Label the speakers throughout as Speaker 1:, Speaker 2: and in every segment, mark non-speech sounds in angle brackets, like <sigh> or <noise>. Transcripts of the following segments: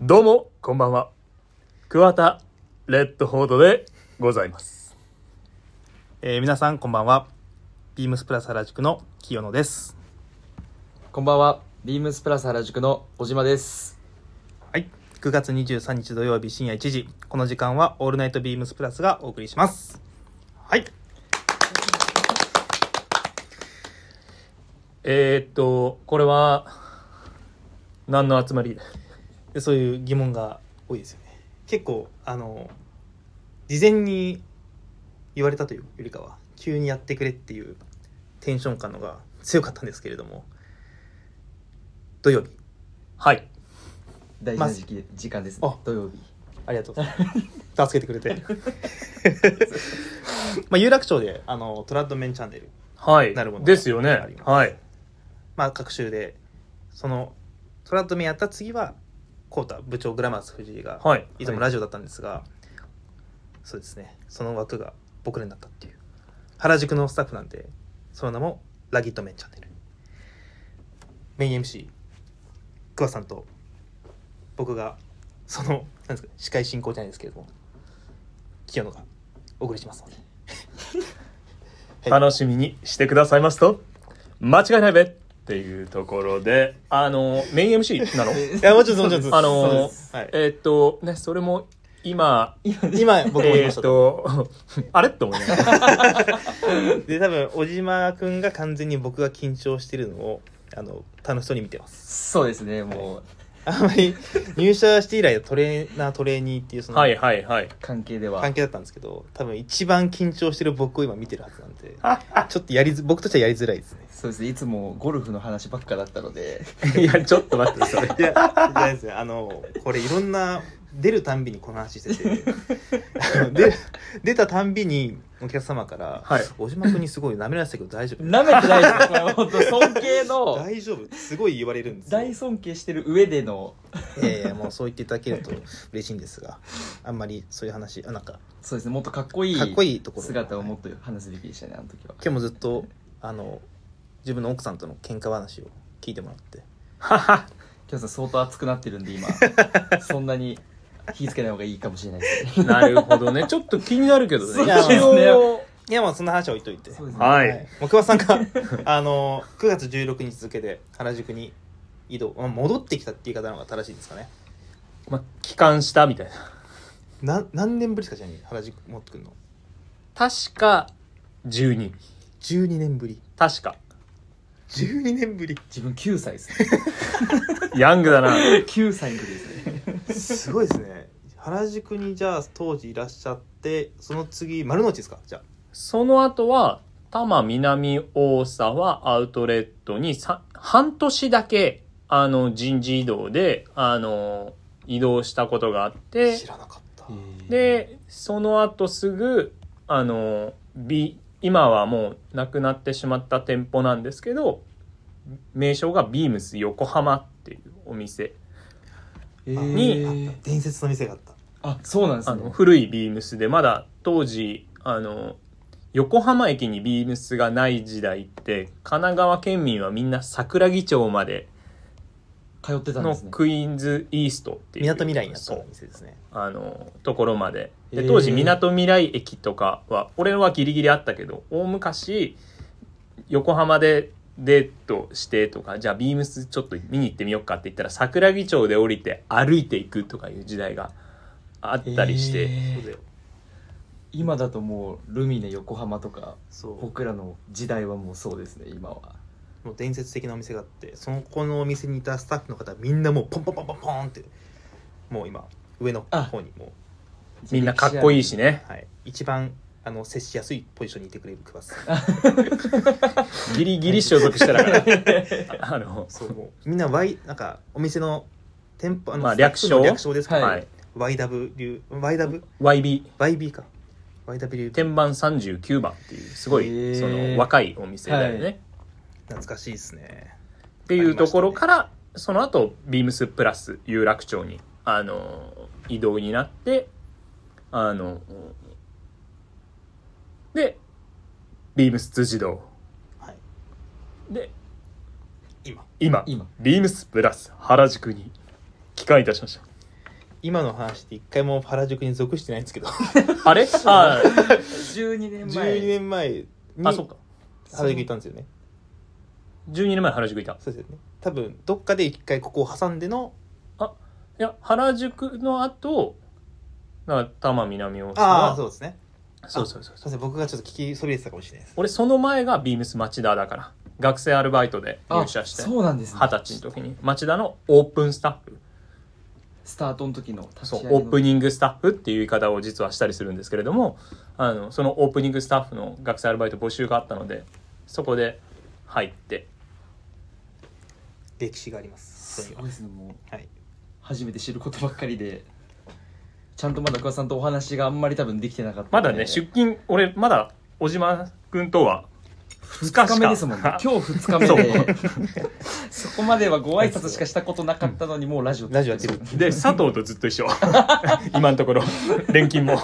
Speaker 1: どうも、こんばんは。桑田レッドホードでございます。
Speaker 2: えー皆さんこんばんは。ビームスプラス原宿の清野です。
Speaker 3: こんばんは。ビームスプラス原宿の小島です。
Speaker 2: はい。9月23日土曜日深夜1時。この時間はオールナイトビームスプラスがお送りします。はい。
Speaker 1: えー、っと、これは、何の集まり
Speaker 2: でそういう疑問が多いですよね。結構、あの、事前に言われたというよりかは、急にやってくれっていうテンション感のが強かったんですけれども、土曜日。
Speaker 1: はい。
Speaker 3: 大事な時期時間ですね
Speaker 2: あ。
Speaker 3: 土曜日。
Speaker 2: ありがとうございます。助けてくれて。 <laughs> まあ、有楽町で、あの、トラッドメンチャンネル。
Speaker 1: はい。
Speaker 2: なるほど
Speaker 1: ですよね
Speaker 2: あり。ます
Speaker 1: はい。
Speaker 2: まあ、各週でそのトラッドメやった次はコータ部長グラマース藤井が、
Speaker 1: はい。
Speaker 2: い、つもラジオだったんですが、そうですねその枠が僕らになったっていう原宿のスタッフなんでその名も「ラギットメンチャンネル」メイン MC 桑さんと僕がそのなんですか司会進行じゃないですけれども清野がお送りしますのではい
Speaker 1: 楽しみにしてくださいますと、間違いないべっていうところで、あの、メイン MC
Speaker 2: <laughs>
Speaker 1: なの
Speaker 2: いやもちろんもちろんです
Speaker 1: あの
Speaker 2: はい、
Speaker 1: えーっと、ね、それも、今、
Speaker 2: 今僕も言い
Speaker 1: え
Speaker 2: ま
Speaker 1: ー
Speaker 2: し
Speaker 1: ったと、 <laughs> あれって思いながら
Speaker 2: <laughs> で多分小島くんが完全に僕が緊張してるのをあの楽しそうに見てます
Speaker 3: そうですね。もう
Speaker 2: あんまり入社して以来トレーナートレーニーっていうその
Speaker 1: はいはいはい。 <laughs>
Speaker 3: 関係では。
Speaker 2: 関係だったんですけど多分一番緊張してる僕を今見てるはずなんでちょっとやりづ僕としてはやりづらいですね
Speaker 3: そうですね。いつもゴルフの話ばっかだったの <laughs> で。
Speaker 1: いや、ちょっと待って、それ。
Speaker 2: いやじゃないですねあのこれいろんな出るたんびにこの話しててあの出出たたんびにお客様から
Speaker 1: はい
Speaker 2: 小島君にすごい舐められてたけど大丈夫
Speaker 3: なめてないですね。こ <laughs> れは本当尊敬の
Speaker 2: 大丈夫すごい言われるんですよ
Speaker 3: 大尊敬してる上での
Speaker 2: いやいやもうそう言っていただけると嬉しいんですがあんまりそういう話あなんか
Speaker 3: そうですね。もっとかっこいい
Speaker 2: かっこいいところ
Speaker 3: 姿をもっと話すべきでしたね。あの時は。
Speaker 2: 今日もずっとあの自分の奥さんとの喧嘩話を聞いてもらって
Speaker 3: 今日さん相当熱くなってるんで <laughs> 今そんなに火つけない方がいいかもしれないですね。
Speaker 1: <laughs> なるほどね。ちょっと気になるけどね。
Speaker 3: そう
Speaker 2: ですね
Speaker 1: 一応
Speaker 2: いやまあそんな話は置いといて
Speaker 3: そうですね。
Speaker 1: は。
Speaker 2: はいもう久保さんがあの9月16日付で原宿に移動、まあ、戻ってきたって言い方の方が正しいですかね
Speaker 1: まあ、帰還したみたいな。
Speaker 2: な何年ぶりですかちなみに原宿持ってくるの
Speaker 1: 確か、12。
Speaker 2: 12年ぶり
Speaker 1: 確か。
Speaker 2: 12年ぶり
Speaker 3: 自分9歳ですね。 <laughs>
Speaker 1: ヤングだな。
Speaker 3: 9歳の時ですね。
Speaker 2: すごいですね原宿にじゃあ当時いらっしゃってその次丸の内ですかじゃあ
Speaker 1: その後は、多摩南大沢アウトレットにさ半年だけ、あの、人事異動で、あの、移動したことがあって、
Speaker 2: 知らなかった
Speaker 1: でその後すぐあの、B、今はもうなくなってしまった店舗なんですけど名称がビームス横浜っていうお店
Speaker 3: えー
Speaker 1: に
Speaker 2: あった伝説の店があった
Speaker 3: あそうなんで
Speaker 1: あ
Speaker 3: す
Speaker 1: の
Speaker 3: ね。
Speaker 1: 古いビームスでまだ当時あの横浜駅にビームスがない時代って神奈川県民はみんな桜木町まで
Speaker 3: 通ってたんで
Speaker 1: の
Speaker 3: すね。
Speaker 1: クイーンズイーストっていう
Speaker 2: みなとみらいにあっ
Speaker 1: そ
Speaker 2: た
Speaker 1: う
Speaker 2: 店ですね
Speaker 1: あのところまで
Speaker 3: え
Speaker 1: で
Speaker 3: ー
Speaker 1: 当時みなとみらい駅とかは俺はギリギリあったけど大昔横浜でデートしてとかじゃあビームスちょっと見に行ってみようかって言ったら桜木町で降りて歩いていくとかいう時代があったりして、
Speaker 3: え
Speaker 2: そう
Speaker 3: ー
Speaker 2: だよ
Speaker 3: 今だともうルミネ横浜とか
Speaker 2: そう
Speaker 3: 僕らの時代はもうそうですね今は
Speaker 2: もう伝説的なお店があってそのこのお店にいたスタッフの方みんなもうポンポンポンポンポンってもう今上の方にもう
Speaker 1: みんなかっこいい
Speaker 3: <laughs>
Speaker 1: しね
Speaker 2: はい、一番あの接しやすいポジションにいてくれるクバス
Speaker 1: <laughs> ギリギリ所属してたから <laughs> あの、
Speaker 2: そうもうみんな Y なんかお店の店舗あの、
Speaker 1: まあ
Speaker 2: スタッフの
Speaker 1: 略
Speaker 2: 略
Speaker 1: 称
Speaker 2: 称ですか
Speaker 1: は
Speaker 2: ら、
Speaker 1: い
Speaker 3: は
Speaker 2: YW YW
Speaker 1: YB
Speaker 2: YB か YW
Speaker 1: 天板39番っていうすごい、
Speaker 3: えー
Speaker 1: その若いお店だよね、
Speaker 3: は
Speaker 2: 懐かしいですね
Speaker 1: っていうところから、その後ビームスプラス有楽町にあの移動になってあのでビームス辻堂
Speaker 2: はい
Speaker 1: で
Speaker 2: 今
Speaker 1: 今
Speaker 3: 今
Speaker 1: ビームスプラス原宿に帰還いたしました
Speaker 2: 今の話って一回も原宿に属してないんですけど
Speaker 1: あれあ
Speaker 3: 12年前
Speaker 2: 12年前に
Speaker 1: あ、あ、そっか。
Speaker 2: 原宿行ったんですよね
Speaker 1: 12年前原宿いた。
Speaker 2: そうですよね多分どっかで一回ここを挟んでの
Speaker 1: いや、原宿の後、だから多摩南を。
Speaker 2: ああそうですね
Speaker 1: そうそうそう
Speaker 2: す
Speaker 1: そ。
Speaker 2: いうません僕がちょっと聞きそびれてたかもしれないです
Speaker 1: 俺、その前がビームス町田だから。学生アルバイトで入社して、
Speaker 3: あ
Speaker 1: 二十
Speaker 3: そうなんですね
Speaker 1: 歳の時に。町田のオープンスタッフ。
Speaker 3: スタートの時の立ち
Speaker 1: そう
Speaker 3: 上げの
Speaker 1: オープニングスタッフっていう言い方を実はしたりするんですけれどもあのそのオープニングスタッフの学生アルバイト募集があったのでそこで入って
Speaker 2: 歴史がありますそ
Speaker 3: す
Speaker 2: れ
Speaker 3: ごい
Speaker 2: は
Speaker 3: ですねもう
Speaker 2: はい
Speaker 3: 初めて知ることばっかりでちゃんとまだ桑さんとお話があんまり多分できてなかった
Speaker 1: ま
Speaker 3: んで
Speaker 1: だね出勤俺まだ小島君とは2日
Speaker 3: 2日目ですも
Speaker 1: <laughs>
Speaker 3: んね今日2日目でそこまではご挨拶しかしたことなかったのにもうラジオ
Speaker 2: ラジオやってる
Speaker 1: で佐藤とずっと一緒今のところ錬金も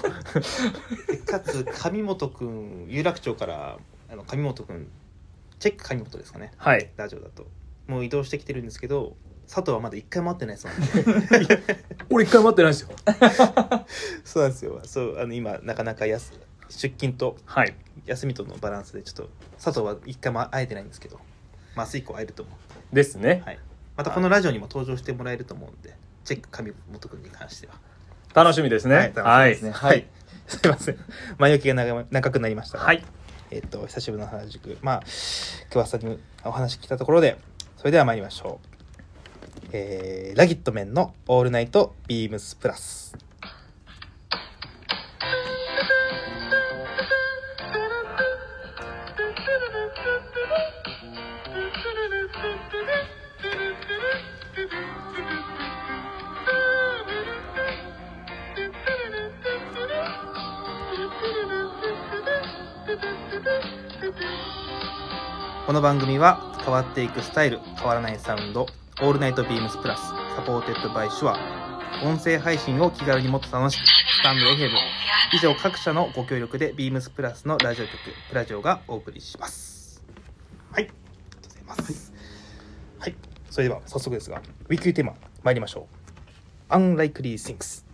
Speaker 2: でかつ上本くん <laughs> 有楽町からあの上本くんチェック上本ですかね
Speaker 1: はい
Speaker 2: ラジオだともう移動してきてるんですけど佐藤はまだ一回も会ってないそうなんで
Speaker 1: 俺一回待ってないですよ
Speaker 2: <laughs> そうなんですよそうあの今なかなかやす出勤と
Speaker 1: はい
Speaker 2: 休みとのバランスでちょっと佐藤は一回も会えてないんですけど、まあ、明日以降会えると思う
Speaker 1: ですね、
Speaker 2: はいまたこのラジオにも登場してもらえると思うんでチェック上本くんに関しては
Speaker 1: 楽しみですね
Speaker 2: はい
Speaker 3: ですね
Speaker 1: はい
Speaker 3: はい
Speaker 2: すいません前置きが長長くなりましたが
Speaker 1: はい
Speaker 2: えっと久しぶりの原宿まあ桑田さんにお話聞いたところでそれでは参りましょうえー、ラギットメンの「オールナイトビームスプラス」この番組は変わっていくスタイル変わらないサウンド「オールナイトビームスプラス」サポーテッドバイシュア音声配信を気軽にもっと楽しくスタンド FM 以上各社のご協力でビームスプラスのラジオ局プラジオがお送りしますはいありがとうございますはい、それでは早速ですがウィークリーテーマ参りましょう「Unlikely Things」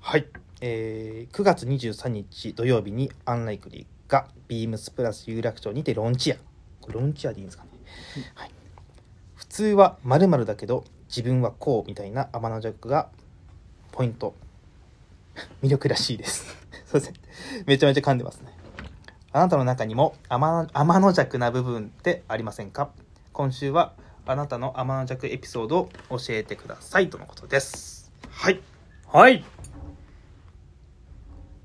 Speaker 2: はい、えー、9月23日土曜日にアンライクリーがビームスプラス有楽町にてロンチアこれロンチアでいいんですかね、はい、普通は〇〇だけど自分はこうみたいな天のジャックがポイント <laughs> 魅力らしいです <laughs> すいませんめちゃめちゃ噛んでますねあなたの中にも天の天の弱な部分ってありませんか今週はあなたの天の弱エピソードを教えてくださいとのことですはい
Speaker 1: はい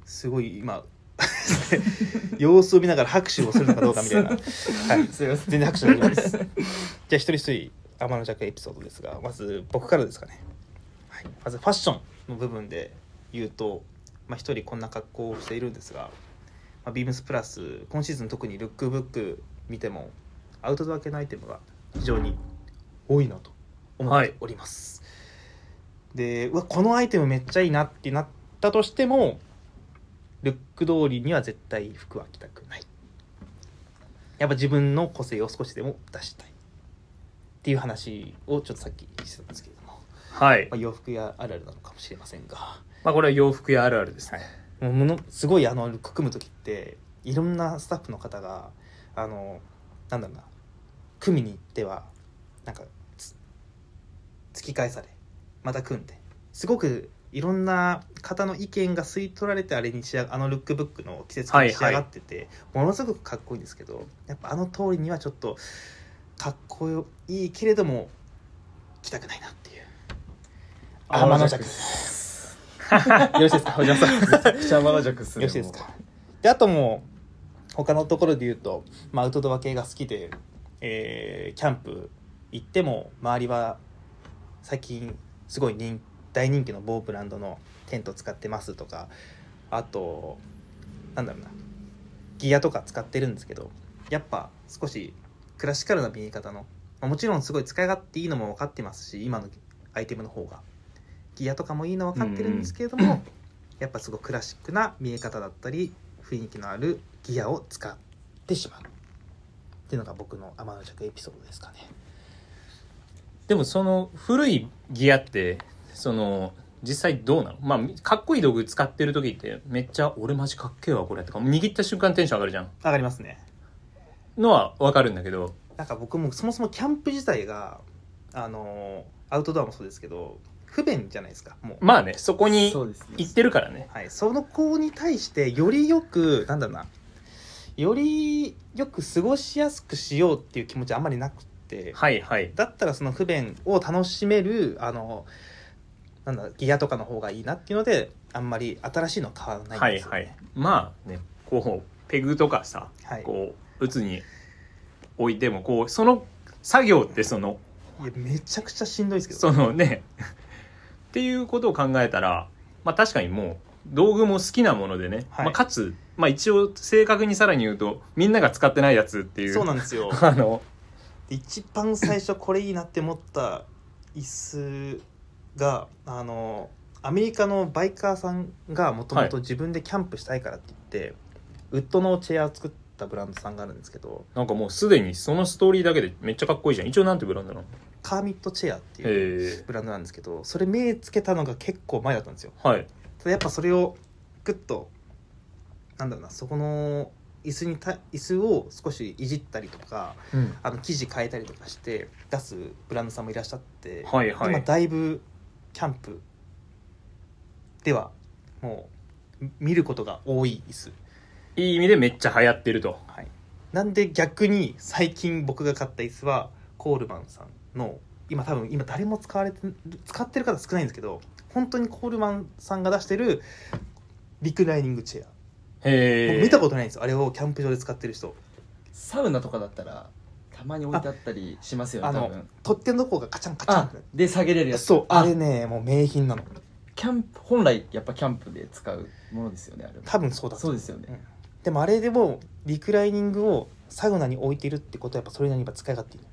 Speaker 2: すごい今 <laughs> 様子を見ながら拍手をするのかどうかみ
Speaker 3: <laughs>
Speaker 2: たいな、はい、
Speaker 3: すいません
Speaker 2: 全然拍手できないですじゃあ一人一人天の弱エピソードですがまず僕からですかね、はい、まずファッションの部分で言うとまあ、一人こんな格好をしているんですが、まあ、ビームスプラス今シーズン特にルックブック見てもアウトドア系のアイテムが非常に多いなと思っております、でうわこのアイテムめっちゃいいなってなったとしてもルック通りには絶対服は着たくないやっぱ自分の個性を少しでも出したいっていう話をちょっとさっきしてたんですけれども、
Speaker 1: はい
Speaker 2: まあ、洋服やあるあるなのかもしれませんが
Speaker 1: まあこれは洋服屋あるあるですね、
Speaker 2: もうものすごいあのルック組む時っていろんなスタッフの方があのなんだろうな組みに行ってはなんかつ突き返されまた組んですごくいろんな方の意見が吸い取られてあれに仕上があのルックブックの季節感に仕上がってて、ものすごくかっこいいんですけどやっぱあの通りにはちょっとかっこいいけれども着たくないなっていう天の弱よろしいですかお嬢さん
Speaker 3: シャマラジャクス
Speaker 2: よろしいですかであともう他のところで言うと、まあ、アウトドア系が好きで、えーキャンプ行っても周りは最近すごい人大人気の某ブランドのテント使ってますとかあとなんだろうなギアとか使ってるんですけどやっぱ少しクラシカルな見え方の、まあもちろんすごい使い勝手いいのも分かってますし今のアイテムの方がギアとかもいいの分かってるんですけれども、やっぱすごいクラシックな見え方だったり雰囲気のあるギアを使ってしまうっていうのが僕の天の弱エピソードですかね
Speaker 1: でもその古いギアってその実際どうなのまあかっこいい道具使ってる時ってめっちゃ「俺マジかっけえわこれ」とか握った瞬間テンション上がるじゃん
Speaker 2: 上がりますね
Speaker 1: のはわかるんだけど
Speaker 2: なんか僕もそもそもキャンプ自体があのーアウトドアもそうですけど不便じゃないですかもう、
Speaker 1: まあねそこに
Speaker 3: そうですね
Speaker 1: 行ってるからね
Speaker 2: はい、その子に対してよりよくなんだろうなよりよく過ごしやすくしようっていう気持ちあんまりなくて
Speaker 1: はいはい
Speaker 2: だったらその不便を楽しめるあのなんだギアとかの方がいいなっていうのであんまり新しいの買わないん
Speaker 1: はい
Speaker 2: ですよ、ね
Speaker 1: はいまあねこうペグとかさ
Speaker 2: はい
Speaker 1: こう打つに置いてもこうその作業ってその
Speaker 2: いやめちゃくちゃしんどいですけど
Speaker 1: そのねっていうことを考えたらまあ確かにもう道具も好きなものでね、
Speaker 2: は
Speaker 1: ま
Speaker 2: い
Speaker 1: あ、かつ、まあ、一応正確にさらに言うとみんなが使ってないやつっていう
Speaker 2: そうなんですよ
Speaker 1: <laughs> あの
Speaker 2: 一番最初これいいなって思った椅子があのアメリカのバイカーさんがもとも
Speaker 1: は
Speaker 2: と自分でキャンプしたいからって言って、ウッドのチェアを作ったブランドさんがあるんですけど
Speaker 1: なんかもうすでにそのストーリーだけでめっちゃかっこいいじゃん一応なんてブランドなの
Speaker 2: カーミットチェアっていう
Speaker 1: え
Speaker 2: ブランドなんですけどそれ目つけたのが結構前だったんですよ
Speaker 1: ー、はい
Speaker 2: ただやっぱそれをグッとなんだろうなそこの椅子にた椅子を少しいじったりとか
Speaker 1: うん
Speaker 2: あの生地変えたりとかして出すブランドさんもいらっしゃって、
Speaker 1: はいはい
Speaker 2: 今だいぶキャンプではもう見ることが多い椅子、
Speaker 1: いい意味でめっちゃ流行ってると
Speaker 2: はい、なんで逆に最近僕が買った椅子はコールマンさんの今多分今誰も使われてる使ってる方少ないんですけど本当にコールマンさんが出してるリクライニングチェア、
Speaker 1: へえ
Speaker 2: 僕見たことないんですよあれをキャンプ場で使ってる人
Speaker 3: サウナとかだったらたまに置いてあったりしますよ
Speaker 2: あ
Speaker 3: ね
Speaker 2: の
Speaker 3: 多分
Speaker 2: 取っ手のとこがカチャンカチャン
Speaker 3: あ
Speaker 2: ってなっ
Speaker 3: で下げれる
Speaker 2: て
Speaker 3: やつ
Speaker 2: そうあ
Speaker 3: あ
Speaker 2: れねもう名品なの
Speaker 3: キャンプ本来やっぱキャンプで使うものですよねあれも
Speaker 2: 多分そうだと思
Speaker 3: そうですよね
Speaker 2: でもあれでもリクライニングをサウナに置いてるってことはやっぱそれなりにやっぱ使い勝手いい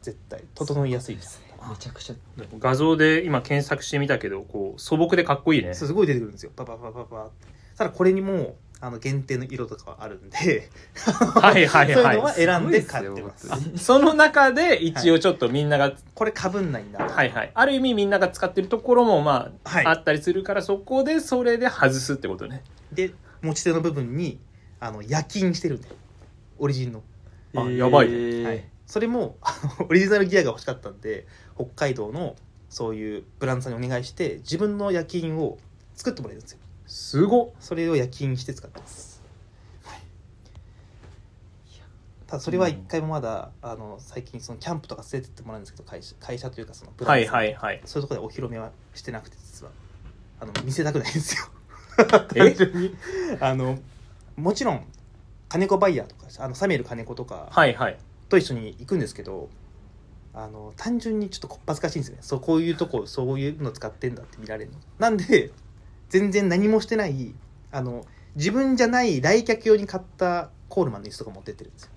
Speaker 2: 絶対整いやすいです
Speaker 3: めちゃくちゃ
Speaker 1: 画像で今検索してみたけどこう素朴でかっこいいね
Speaker 2: そうすごい出てくるんですよパパパパパってただこれにもあの限定の色とかはあるんで
Speaker 1: はいはい
Speaker 2: そういうの
Speaker 1: は
Speaker 2: はい選んで買ってます
Speaker 3: すごいっすよ本
Speaker 1: その中で一応ちょっとみんなが、
Speaker 2: これかぶんないんだ
Speaker 1: はいはい。ある意味みんなが使ってるところもまあ、
Speaker 2: はい
Speaker 1: あったりするから、そこでそれで外すってことね。
Speaker 2: で持ち手の部分にあの夜勤してるんでオリジンの、
Speaker 1: あ
Speaker 3: 当に
Speaker 1: やばいね
Speaker 3: えー
Speaker 2: はいそれもあのオリジナルギアが欲しかったんで北海道のそういうブランドさんにお願いして自分の夜勤を作ってもらえるんですよ
Speaker 1: すごっ
Speaker 2: それを夜勤して使ってます、ただそれは一回もまだ、あの最近そのキャンプとか連れてってもらうんですけど会社会社というかそのブラ
Speaker 1: は
Speaker 2: ンド
Speaker 1: いはいはい。
Speaker 2: そういうところでお披露目はしてなくて実はあの見せたくないんですよ
Speaker 1: え
Speaker 2: 単純に <laughs> あのもちろん金子バイヤーとかあのサミュエル金子とか
Speaker 1: はいはい。
Speaker 2: と一緒に行くんですけどあの単純にちょっとこっぱずかしいんですよねそうこういうとこそういうの使ってんだって見られるのなんで全然何もしてないあの自分じゃない来客用に買ったコールマンの椅子とか持ってってるんですよ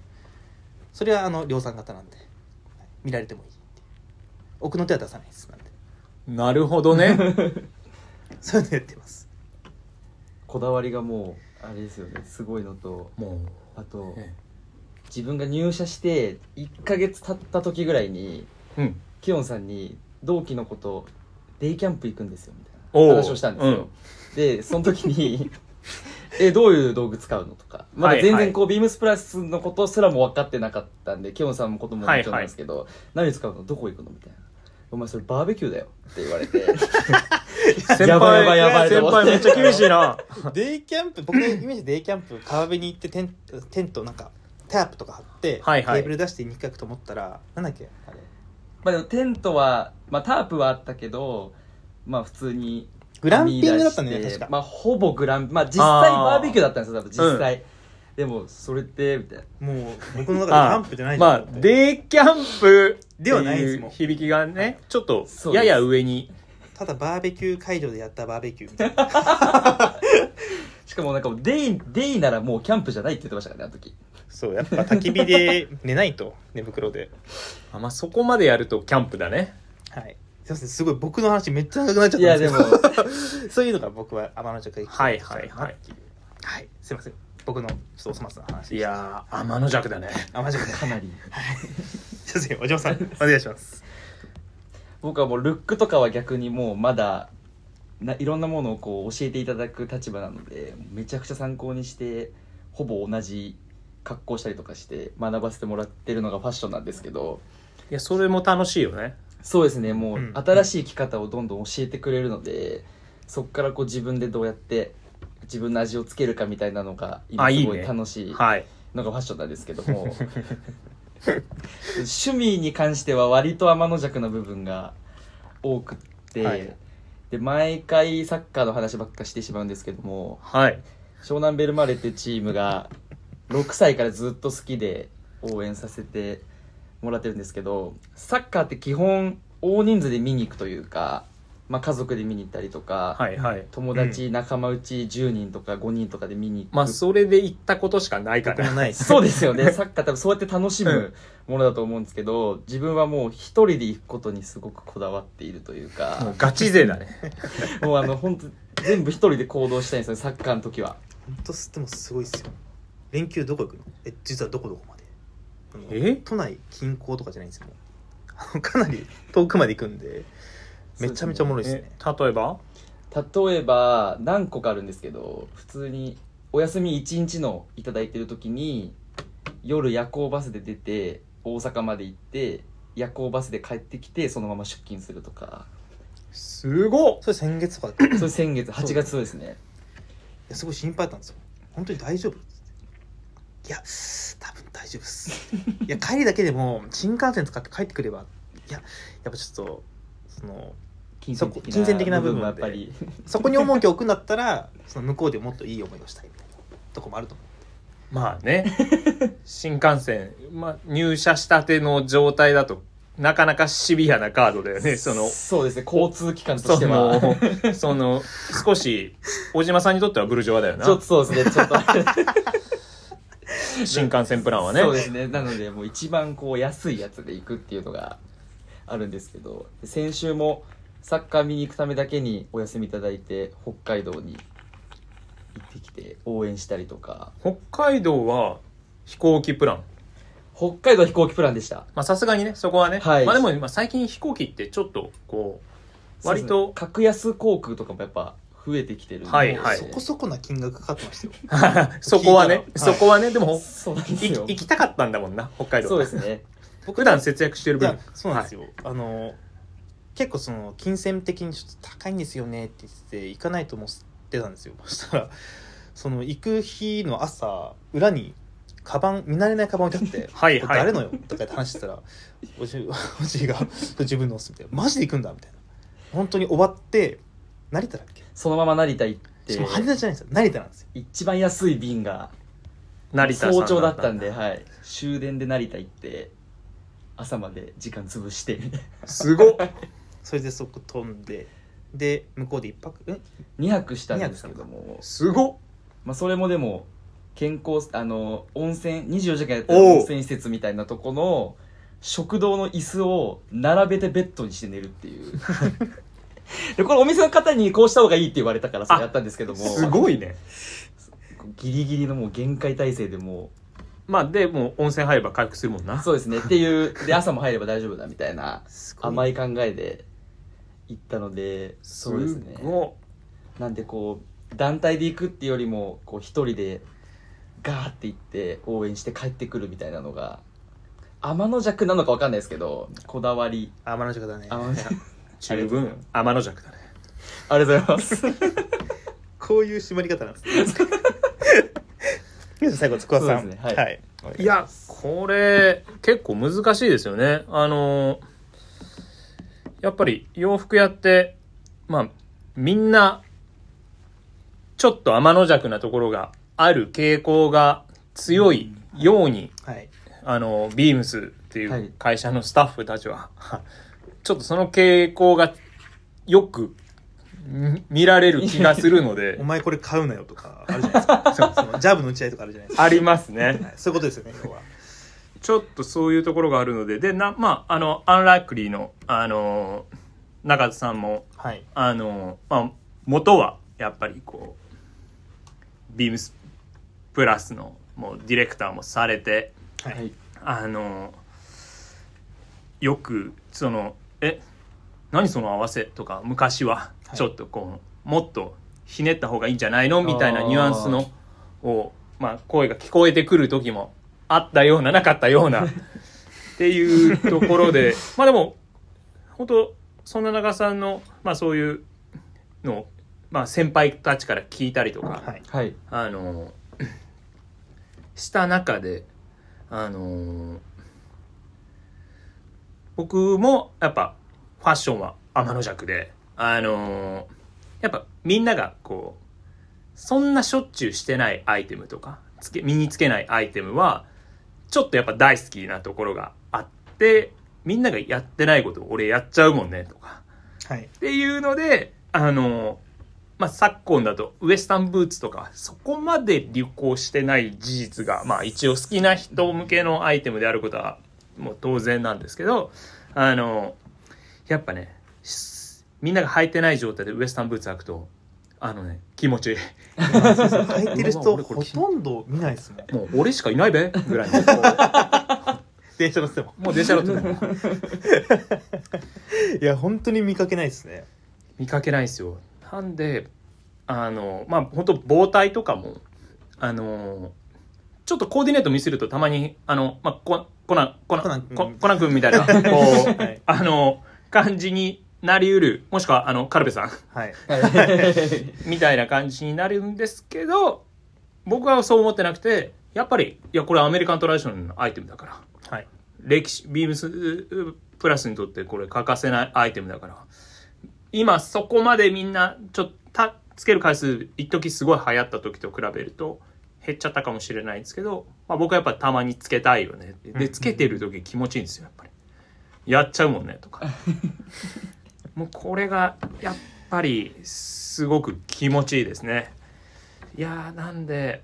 Speaker 2: それはあの量産型なんではい見られてもいいっていう奥の手は出さないですなんで
Speaker 1: なるほどね。
Speaker 2: そういうのやってます
Speaker 3: こだわりがもうあれですよねすごいのと
Speaker 1: <laughs> も
Speaker 3: あと
Speaker 1: え
Speaker 3: 自分が入社して1ヶ月経った時ぐらいに
Speaker 1: う。うん。
Speaker 3: キヨンさんに同期の子とデイキャンプ行くんですよみたい
Speaker 1: おう
Speaker 3: な話をしたんですよ、でその時に <laughs> えどういう道具使うのとかまだ
Speaker 1: は
Speaker 3: 全
Speaker 1: いはい
Speaker 3: 然こう、ビームスプラスのことすらも分かってなかったんでキヨンさんのことももちろんなんですけど、何使うのどこ行くのみたいな「お前それバーベキューだよ」って言わ
Speaker 1: <laughs>
Speaker 3: れて
Speaker 1: 先
Speaker 3: やばいやば
Speaker 1: 輩、
Speaker 3: いやばい
Speaker 1: 先輩めっちゃ厳しい <laughs> な。
Speaker 2: <laughs> デイキャンプ僕のイメージデイキャンプ川辺に行ってテントテントなんかタープとか張って、
Speaker 1: はいはい
Speaker 2: テーブル出して肉かくと思ったらなんだっけあれ
Speaker 3: <laughs> まあでもテントは、まあ、タープはあったけどまあ普通に
Speaker 2: グランピングだったんだよ
Speaker 3: 網
Speaker 2: ね
Speaker 3: 出し
Speaker 2: 確
Speaker 3: て
Speaker 2: か、
Speaker 3: まあほぼグランまあ実際
Speaker 1: あー
Speaker 3: バーベキューだったんですよ多分実際、でもそれってみたいな
Speaker 2: もう僕の中でキ
Speaker 1: あ
Speaker 2: ャンプじゃないじゃん
Speaker 1: まあ、デイキャンプって
Speaker 2: ではないで
Speaker 1: い
Speaker 2: すも
Speaker 1: うん響きがね、ちょっと
Speaker 3: そうで
Speaker 1: や
Speaker 3: す
Speaker 1: や上に。
Speaker 2: ただバーベキュー会場でやったバーベキューみたいな
Speaker 3: しかもなんかデイデイならもうキャンプじゃないって言ってましたからねあの時
Speaker 2: そうやっぱ焚き火で寝ないと寝袋で
Speaker 1: あまあ、そこまでやるとキャンプだね。
Speaker 2: はいすいませんすごい僕の話めっちゃ長くなっちゃったん
Speaker 3: いや
Speaker 2: で
Speaker 3: です
Speaker 2: け
Speaker 3: も
Speaker 2: どそういうのが僕は天の弱が
Speaker 1: はいはいはい。
Speaker 2: はいすいません僕のちょっとお粗末な話
Speaker 1: いやー、天の弱だね。
Speaker 2: あ間違えた
Speaker 3: かなり
Speaker 2: <laughs> すいませんお嬢さんお願いします
Speaker 3: 僕はもうルックとかは逆にもうまだないろんなものをこう教えていただく立場なのでめちゃくちゃ参考にしてほぼ同じ格好したりとかして学ばせてもらってるのがファッションなんですけど
Speaker 1: いやそれも楽しいよね
Speaker 3: そうですねも
Speaker 2: う
Speaker 3: うん新しい着方をどんどん教えてくれるのでそこからこう自分でどうやって自分の味をつけるかみたいなのが今
Speaker 1: あいい
Speaker 3: す
Speaker 1: ね
Speaker 3: ごい楽しい
Speaker 1: はい
Speaker 3: のがファッションなんですけども <laughs> 趣味に関しては割と天の弱な部分が多くって、
Speaker 2: はい
Speaker 3: で毎回サッカーの話ばっかしてしまうんですけども
Speaker 1: はい
Speaker 3: 湘南ベルマーレっていうチームが6歳からずっと好きで応援させてもらってるんですけどサッカーって基本大人数で見に行くというか、まあ、家族で見に行ったりとか、
Speaker 1: はいはい
Speaker 3: 友達仲間内10人とか5人とかで見に行く
Speaker 1: まあそれで行ったことしかないか
Speaker 2: 僕も
Speaker 1: ら
Speaker 2: ないです
Speaker 3: そうですよ
Speaker 2: <laughs>
Speaker 3: ね。サッカー多分そうやって楽しむものだと思うんですけど、自分はもう一人で行くことにすごくこだわっているという
Speaker 1: も
Speaker 3: か
Speaker 1: う、ガチ勢だね
Speaker 3: もうあの、本当全部一人で行動したいんですよね、サッカーの時は。
Speaker 2: ほんとすでもすごいっすよ連休どこ行くのえ実はどこどこまであの
Speaker 1: え
Speaker 2: 都内近郊とかじゃないんですよもうあのかなり遠くまで行くんでめちゃめちゃおもろいっすね
Speaker 1: え例えば
Speaker 3: 例えば、何個かあるんですけど、普通に、お休み1日のいただいてる時に、夜夜行バスで出て、大阪まで行って、夜行バスで帰ってきて、そのまま出勤するとか、
Speaker 1: すごっ
Speaker 2: それ先月とかだったい
Speaker 3: それ先月、8月そうですね。
Speaker 2: やすごい心配だったんですよ本当に大丈夫っつっていや多分大丈夫
Speaker 1: <laughs>
Speaker 2: っすいや帰りだけでも新幹線使って帰ってくればいややっぱちょっとその
Speaker 3: 金
Speaker 2: そこ金銭的な部分
Speaker 3: は
Speaker 2: は
Speaker 3: やっぱり。
Speaker 2: そこに重きを置くんだったらその向こうでもっといい思いをしたいみたいなとこもあると思う
Speaker 1: まあね新幹線、まあ、入社したての状態だとなかなかシビアなカードだよねその
Speaker 3: そうですね交通機関と
Speaker 1: そ
Speaker 3: してはち
Speaker 1: のその少し小島さんにとってはブルジョワだよな
Speaker 3: ょっとそうですね <laughs> ちょっと
Speaker 1: 新幹線 <laughs> プランはね
Speaker 3: そうですねなのでもう一番こう安いやつで行くっていうのがあるんですけど先週もサッカー見に行くためだけにお休みいただいて北海道に行ってきて応援したりとか
Speaker 1: 北海道は飛行機プラン
Speaker 3: 北海道は飛行機プランでした
Speaker 1: まあさすがにねそこはね、
Speaker 3: はい
Speaker 1: まあでも今最近飛行機ってちょっとこ割と <laughs>
Speaker 3: そうですね格安航空とかもやっぱ増えてきてるんで
Speaker 1: はいはい
Speaker 2: そこそこな金額かかってましたよ
Speaker 1: うそこはね、
Speaker 2: 聞いたら
Speaker 1: そこはねでも
Speaker 3: そうなんです
Speaker 1: い
Speaker 3: よ
Speaker 1: 行きたかったんだもんな北海道
Speaker 3: そうですね
Speaker 1: 普段節約してる
Speaker 2: いや
Speaker 1: 分
Speaker 2: そうなんですよ、あの結構その金銭的にちょっと高いんですよねって言ってて行かないと思ってたんですよ <laughs> そしたらその行く日の朝裏にカバン見慣れないカバン置いてあって
Speaker 1: <laughs> はい
Speaker 2: これ
Speaker 1: はい
Speaker 2: 誰のよとかって話してたらおじおじいが「自分のっす」みたいな「マジで行くんだ」みたいな本当に終わって成田だっけ
Speaker 3: そのまま成田行って
Speaker 2: しかも羽田じゃないんですよ成田なんですよ
Speaker 3: 一番安い便が
Speaker 1: 成田さん
Speaker 3: 早朝だったんで、はい、終電で成田行って朝まで時間潰して <laughs>
Speaker 1: すごっ
Speaker 2: それでそこ飛んでで向こうで一泊え
Speaker 3: 2泊したんですけど <laughs> も、
Speaker 1: すごっ
Speaker 3: まあ、それもでも健康あの温泉24時間やって
Speaker 1: お
Speaker 3: る
Speaker 1: う
Speaker 3: 温泉施設みたいなとこの食堂の椅子を並べてベッドにして寝るっていう
Speaker 1: <laughs>
Speaker 3: でこれお店の方にこうした方がいいって言われたからそれやったんですけども
Speaker 1: すごいね
Speaker 3: ギリギリのもう限界体制でも
Speaker 1: まあでもう温泉入れば回復するもん
Speaker 3: う
Speaker 1: な
Speaker 3: そうですねっていうで朝も入れば大丈夫だみたいな
Speaker 2: すごい
Speaker 3: 甘い考えで行ったのでそうですね
Speaker 1: ご
Speaker 3: なんでこう団体で行くっていうよりもこう一人でガーって行って応援して帰ってくるみたいなのが天の弱なのか分かんないですけどこだわり
Speaker 2: 天の弱だね
Speaker 3: 天の <laughs> 弱
Speaker 1: っ十分天の弱だね
Speaker 3: ありがとうございます
Speaker 2: こういう締まり方なん <laughs> ですね。皆さん最後、つくわさん。
Speaker 3: そうですねはい
Speaker 1: いやこれ結構難しいですよねあのやっぱり洋服屋ってまあみんなちょっと天の弱なところがある傾向が強いように、
Speaker 2: はい。
Speaker 1: あのビームスってい
Speaker 3: は
Speaker 1: う
Speaker 3: い
Speaker 1: 会社のスタッフたちは、 <laughs> ちょっとその傾向がよくみ見られる気がするので
Speaker 2: お前これ買うなよとか、あるじゃないですか。そうそ <laughs> のジャブの打ち合いとかあるじゃないですか。
Speaker 1: ありますね
Speaker 2: はいそういうことですよね、要は。
Speaker 1: ちょっとそういうところがあるので、で、な、まあ、あの、アンラックリーの、あの、中田さんも、
Speaker 2: はい。
Speaker 1: あの、まあ、元は、やっぱりこう、ビームスプラスの、もう、ディレクターもされて、
Speaker 2: は。
Speaker 3: はいい
Speaker 1: あの、よく、その、え、何その合わせとか昔は
Speaker 2: はい
Speaker 1: ちょっとこうもっとひねった方がいいんじゃないのみたいなニュアンスのをまあ声が聞こえてくる時もあったようななかったよ
Speaker 2: <laughs>
Speaker 1: うなっていうところでまあでも本当そんな長さんのまあそういうのをまあ先輩たちから聞いたりとか、
Speaker 2: はい
Speaker 3: はい
Speaker 1: あのした中であの僕もやっぱファッションは天の弱であのやっぱみんながこうそんなしょっちゅうしてないアイテムとかつけ身につけないアイテムはちょっとやっぱ大好きなところがあってみんながやってないこと俺やっちゃうもんねとか
Speaker 2: はい
Speaker 1: っていうので、あの、まあ、昨今だとウエスタンブーツとかそこまで流行してない事実が、まあ、一応好きな人向けのアイテムであることはもう当然なんですけど、あの、やっぱね、しみんなが履いてない状態でウエスタンブーツ履くと、あのね、気持ちいい。
Speaker 2: 履いてる人ほとんど見ないですもん
Speaker 1: もう俺しかいないべぐらいの。
Speaker 2: 電車乗っても
Speaker 1: もう電車乗っても
Speaker 2: いや本当に見かけないですね
Speaker 1: 見かけないんですよなんであのまあ本当防体とかもあのちょっとコーディネート見せるとたまにあの、まあ、ココナンコナン
Speaker 2: コナン
Speaker 1: ココナン君みたい
Speaker 2: <laughs>
Speaker 1: なこう、
Speaker 2: はい
Speaker 1: あの感じになりうるもしくはあのカルベさ
Speaker 2: <laughs>
Speaker 1: ん
Speaker 2: はい
Speaker 3: はい
Speaker 1: みたいな感じになるんですけど僕はそう思ってなくてやっぱりいやこれアメリカントラディショナルのアイテムだから
Speaker 2: はい
Speaker 1: 歴史ビームスうプラスにとってこれ欠かせないアイテムだから今そこまでみんなちょっとたつける回数一時すごい流行った時と比べると減っちゃったかもしれないんですけど、まあ、僕はやっぱたまにつけたいよね
Speaker 2: うんうん
Speaker 1: でつけてる時気持ちいいんですよやっぱりやっちゃうもんね
Speaker 2: <laughs>
Speaker 1: とかもうこれがやっぱりすごく気持ちいいですねいやーなんで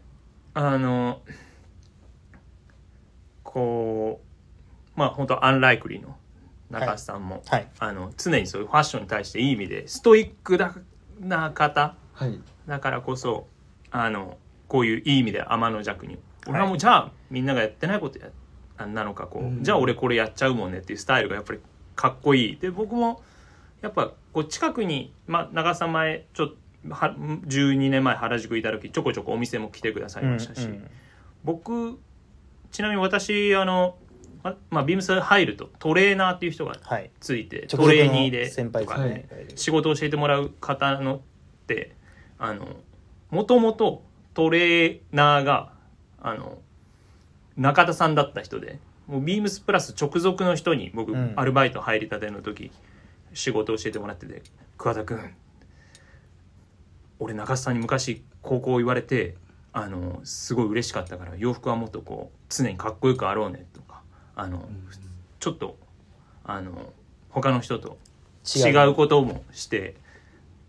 Speaker 1: あのこうまあ本当アンライクリーの中瀬さんも、
Speaker 2: はい
Speaker 1: あの常にそういうファッションに対していい意味でストイックだな方
Speaker 3: はい
Speaker 1: だからこそあのこういういい意味で天の弱に俺はも
Speaker 2: は
Speaker 1: うじゃあみんながやってないことやあなのかこう、
Speaker 3: うん
Speaker 1: じゃあ俺これやっちゃうもんねっていうスタイルがやっぱりかっこいいで僕もやっぱこう近くに、まあ、長さ前ちょっとは12年前原宿いた時ちょこちょこお店も来てくださいましたし、
Speaker 2: うんうん
Speaker 1: 僕ちなみに私あの、ままあ、ビームス入るとトレーナーっていう人が
Speaker 2: はい
Speaker 1: ついてト
Speaker 2: 直属の
Speaker 1: レーニーで
Speaker 2: 先輩
Speaker 1: と
Speaker 2: で
Speaker 1: か
Speaker 2: すね
Speaker 1: 仕事を教えてもらう方のってあのもともとトレーナーがあの中田さんだった人でもうビームスプラス直属の人に僕、
Speaker 2: うん
Speaker 1: アルバイト入りたての時仕事を教えてもらってて「桑田君俺中田さんに昔高校言われてあのすごい嬉しかったから洋服はもっとこう常にかっこよくあろうね」とかあの、ちょっとあの他の人と違うこともして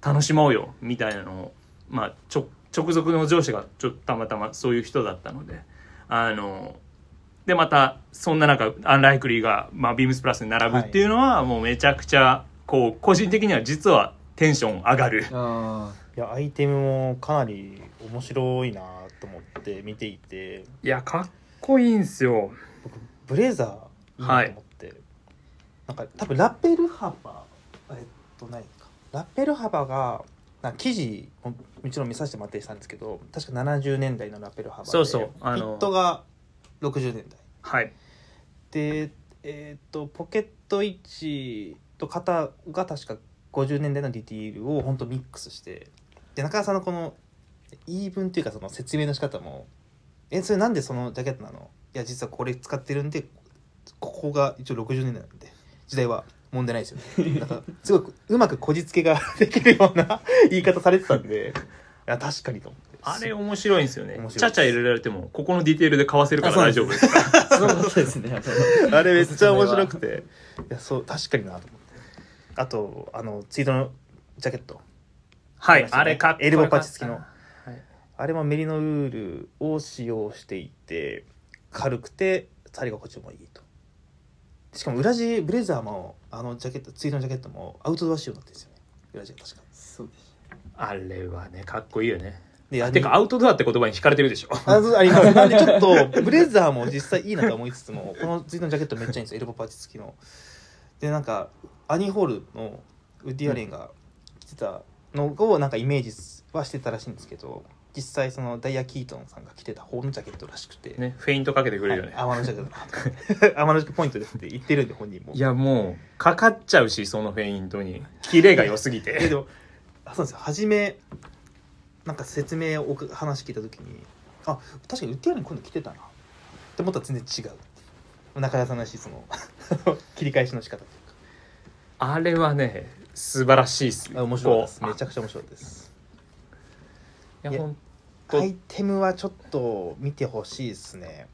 Speaker 1: 楽しもうよみたいなのを、まあ、ちょ直属の上司がちょっとたまたまそういう人だったのであのでまたそんな中アンライクリーが、まあ、ビームスプラスに並ぶっていうのは、もうめちゃくちゃこう個人的には実はテンション上がる。
Speaker 3: あ
Speaker 2: いやアイテムもかなり面白いなと思って見ていて
Speaker 1: いやかっこいいんすよ。
Speaker 2: ブレザーいいなと思って、なんか多分ラッペル幅えっとないかラッペル幅がなんか記事ももちろん見させてもらったりしたんですけど確か70年代のラッペル幅で
Speaker 1: そうそうあの
Speaker 2: ピットが60年代
Speaker 1: はい、
Speaker 2: でえっとポケット位置と肩が確か50年代のディティールを本当ミックスしてで中田さんのこの言い分というかその説明の仕方も「えそれなんでそのジャケットなのいや実はこれ使ってるんでここが一応60年代なんで時代は問題ないです
Speaker 1: <laughs>
Speaker 2: よね」なんかすごくうまくこじつけができるような言い方されてたんでいや確かにと思って
Speaker 1: あれ面白いんですよね
Speaker 2: 面白いです
Speaker 1: ちゃちゃ入れられてもここのディテールで買わせるから大丈夫ですから
Speaker 3: あすごかったですね
Speaker 2: あれめっちゃ面白くていやそう確かになと思ってあとあのツイートのジャケット
Speaker 1: はいあれかっこよかった
Speaker 2: エルボーパッチ付きの
Speaker 1: はい
Speaker 2: あれもメリノウールを使用していて軽くて触り心地もいいとしかも裏地ブレザーもあのジャケットツイートのジャケットもアウトドア仕様になってるんですよね裏地が確か
Speaker 3: そうでし
Speaker 1: あれはねかっこいいよね
Speaker 2: であ
Speaker 1: てかアウトドアって言葉に惹かれてるでしょ <laughs>
Speaker 2: あそうありますなんでちょっとブレザーも実際いいなと思いつつもこのツイートのジャケットめっちゃいいんですよエルボーパッチ付きのでなんかアニーホールのウッディ・アレンが着てたのをなんかイメージはしてたらしいんですけど実際そのダイヤ・キートンさんが着てた方のジャケットらしくて、
Speaker 1: ね、フェイントかけてくれるよね。
Speaker 2: はい天の邪鬼だな <laughs> 天の邪鬼ポイントですって言ってるんで本人も
Speaker 1: いや、もう、かかっちゃうし、そのフェイントに。キレが良すぎ <laughs>
Speaker 2: えで
Speaker 1: て。
Speaker 2: もあそうなんですよ初めなんか説明をおく話聞いた時にあ確かにウッディアレン今度来てたなって思ったら全然違う中田さんらしいその <laughs> 切り返しの仕方という
Speaker 1: あれはね、素晴らしいっす
Speaker 2: かあ
Speaker 1: よ。
Speaker 2: 面白かったです
Speaker 1: こう
Speaker 2: めちゃくちゃ面白いです
Speaker 1: いや、
Speaker 2: いや
Speaker 1: ほんと
Speaker 2: アイテムはちょっと見てほしいですね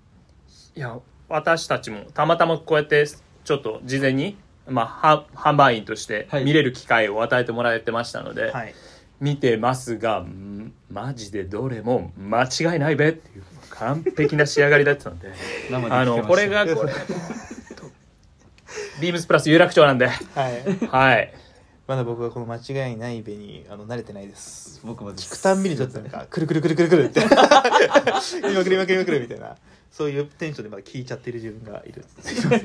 Speaker 1: いや私たちもたまたまこうやってちょっと事前に、まあ、は販売員として
Speaker 3: はい
Speaker 1: 見れる機会を与えてもらえてましたので、
Speaker 2: はい
Speaker 1: 見てますがんマジでどれも間違いないべっていう完璧な仕上がりだったので
Speaker 3: 生で
Speaker 1: あ
Speaker 3: 聞けまし
Speaker 1: の
Speaker 3: た
Speaker 1: これがこ <laughs> れビームスプラス有楽町なんで
Speaker 2: はい
Speaker 1: はい
Speaker 2: <laughs> まだ僕はこの間違いないべにあの慣れてないです
Speaker 3: 僕もです
Speaker 2: くたんびにちょっとなんかくるくるくるくるくるって今くる今くる今くるみたいなそういうテンションでまだ聞いちゃってる自分がいるすいま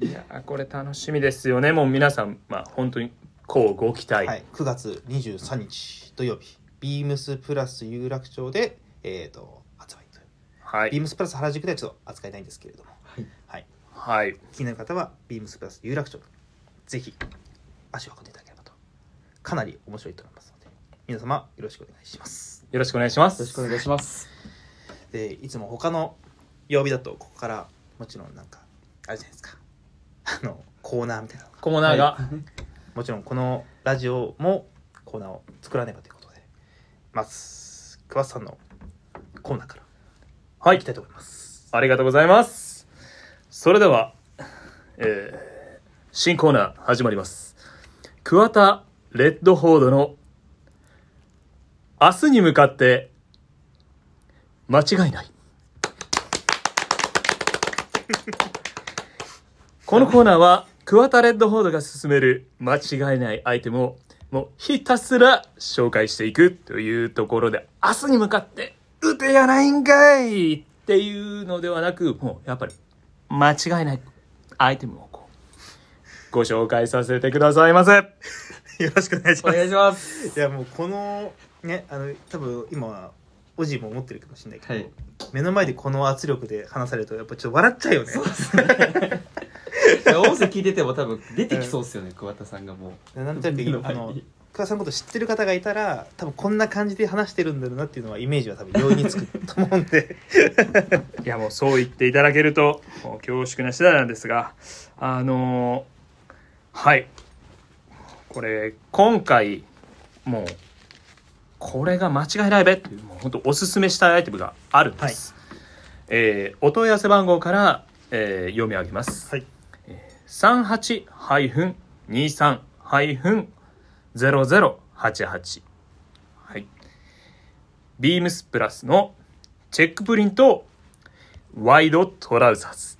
Speaker 2: せん
Speaker 1: いやーこれ楽しみですよねもう皆さんまあ本当にこうご期待、
Speaker 2: はい、9月23日土曜日、ビームスプラス有楽町で、えー、と発売という、
Speaker 1: は
Speaker 2: ビー
Speaker 1: い、
Speaker 2: ムスプラス原宿ではちょっと扱いないんですけれども、
Speaker 3: はい
Speaker 2: はい、
Speaker 1: はい、
Speaker 2: 気になる方は、ビームスプラス有楽町、ぜひ足を運んでいただければと、かなり面白いと思いますので、皆様、よろしくお願いします。
Speaker 1: よろしくお願いしま
Speaker 3: よろしく
Speaker 1: す
Speaker 3: お願いします
Speaker 2: で、いつも他の曜日だと、ここからもちろんなんか、あるじゃないですか、あのコーナーみたいなのが、
Speaker 1: コーナーが、
Speaker 2: もちろんこのラジオもコーナーを作らねばということでまず桑田さんのコーナーから
Speaker 1: はい
Speaker 2: いきたいと思います
Speaker 1: ありがとうございます。それでは、えー新コーナー始まります。桑田レッドフォードの明日に向かって間違いない。このコーナーは桑田レッドフォードが進める間違いないアイテムをもうひたすら紹介していくというところで明日に向かって打てやないんかいっていうのではなくもうやっぱり間違いないアイテムをこうご紹介させてくださいませ。
Speaker 2: よろしくお願いし
Speaker 3: お
Speaker 2: ます
Speaker 3: 願いします
Speaker 2: いやもうこのねあの多分今おじいも思ってるかもしれないけど、
Speaker 3: はい
Speaker 2: 目の前でこの圧力で話されるとやっぱちょっと笑っちゃうよね
Speaker 3: いや音声聞いてても多分出てきそうっすよね桑田さんがもう
Speaker 2: なんとなく
Speaker 3: 目の
Speaker 2: 今あ
Speaker 3: 前に
Speaker 2: の桑田さんのこと知ってる方がいたら多分こんな感じで話してるんだろうなっていうのはイメージは多分容易につくと思うんで
Speaker 1: いやもうそう言っていただけるともう恐縮な次第なんですがあのーはいこれ今回もうこれが間違いないべっていうもう本当おすすめしたいアイテムがあるんです、えーお問い合わせ番号から、えー読み上げます、
Speaker 2: <laughs> はい
Speaker 1: 38-23-0088はいビームスプラスのチェックプリントワイドトラウザーズ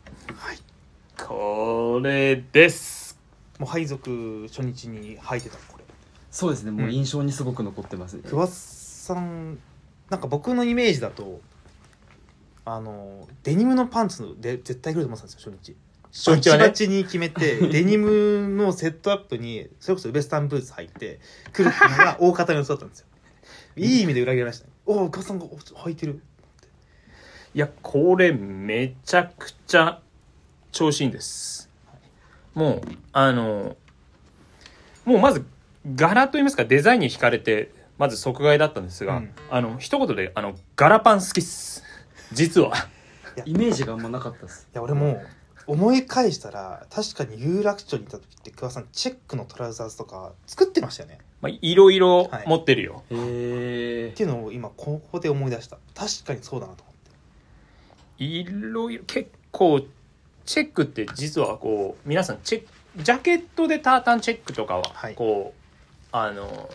Speaker 1: これです
Speaker 2: もう配属初日に履いてたのこれ
Speaker 3: そうですねもう印象にすごく残ってますね、
Speaker 2: 桑田さんなんか僕のイメージだとあのデニムのパンツで絶対来ると思ってたんですよ初日
Speaker 1: 初日はね
Speaker 2: バチバチに決め
Speaker 1: <laughs>
Speaker 2: てデニムのセットアップにそれこそウエスタンブーツ履いて来るっていう
Speaker 1: <laughs>
Speaker 2: のが大方の予想だったんですよいい意味で裏切られましたねおお桑田さんがお履いてる
Speaker 1: いやこれめちゃくちゃ調子いいんですもうあのもうまず柄といいますかデザインに惹かれてまず即買いだったんですが、
Speaker 2: うん
Speaker 1: あの一言であの柄パン好きっす実
Speaker 2: <laughs>
Speaker 1: は
Speaker 3: イメージがあんまなかったっす
Speaker 2: いや俺も思い返したら確かに有楽町にいた時って桑田さんチェックのトラウザーズとか作ってましたよね
Speaker 1: まあいろいろ持ってるよ、
Speaker 3: へえ
Speaker 2: っていうのを今ここで思い出した確かにそうだなと思って
Speaker 1: いろいろ結構チェックって実はこう皆さんチェックジャケットでタータンチェックとかは
Speaker 2: はい
Speaker 1: こう、あの好